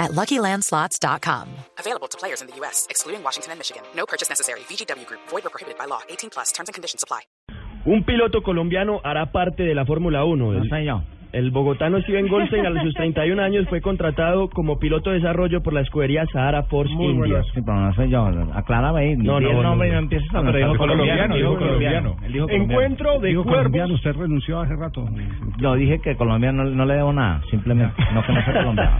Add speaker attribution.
Speaker 1: at luckylandslots.com.
Speaker 2: Available to players in the U.S., excluding Washington and Michigan. No purchase necessary. VGW Group, void or prohibited by law. 18 plus terms and conditions apply.
Speaker 3: Un piloto colombiano hará parte de la Fórmula 1. El, el bogotano Steven Goldstein a sus 31 años fue contratado como piloto de desarrollo por la escudería Sahara Force
Speaker 4: Muy
Speaker 3: India.
Speaker 4: buenas, sí, pero no soy yo. Aclárame ahí.
Speaker 3: No,
Speaker 4: Di
Speaker 3: no,
Speaker 4: el
Speaker 3: no,
Speaker 4: nombre y
Speaker 3: no.
Speaker 4: no empieces a
Speaker 5: pero dijo colombiano, dijo colombiano.
Speaker 4: Él dijo
Speaker 5: Encuentro de
Speaker 4: Dijo
Speaker 5: cuervos.
Speaker 4: colombiano,
Speaker 5: usted renunció hace rato.
Speaker 4: Yo dije que colombiano no, no le debo nada, simplemente. No que no sea colombiano.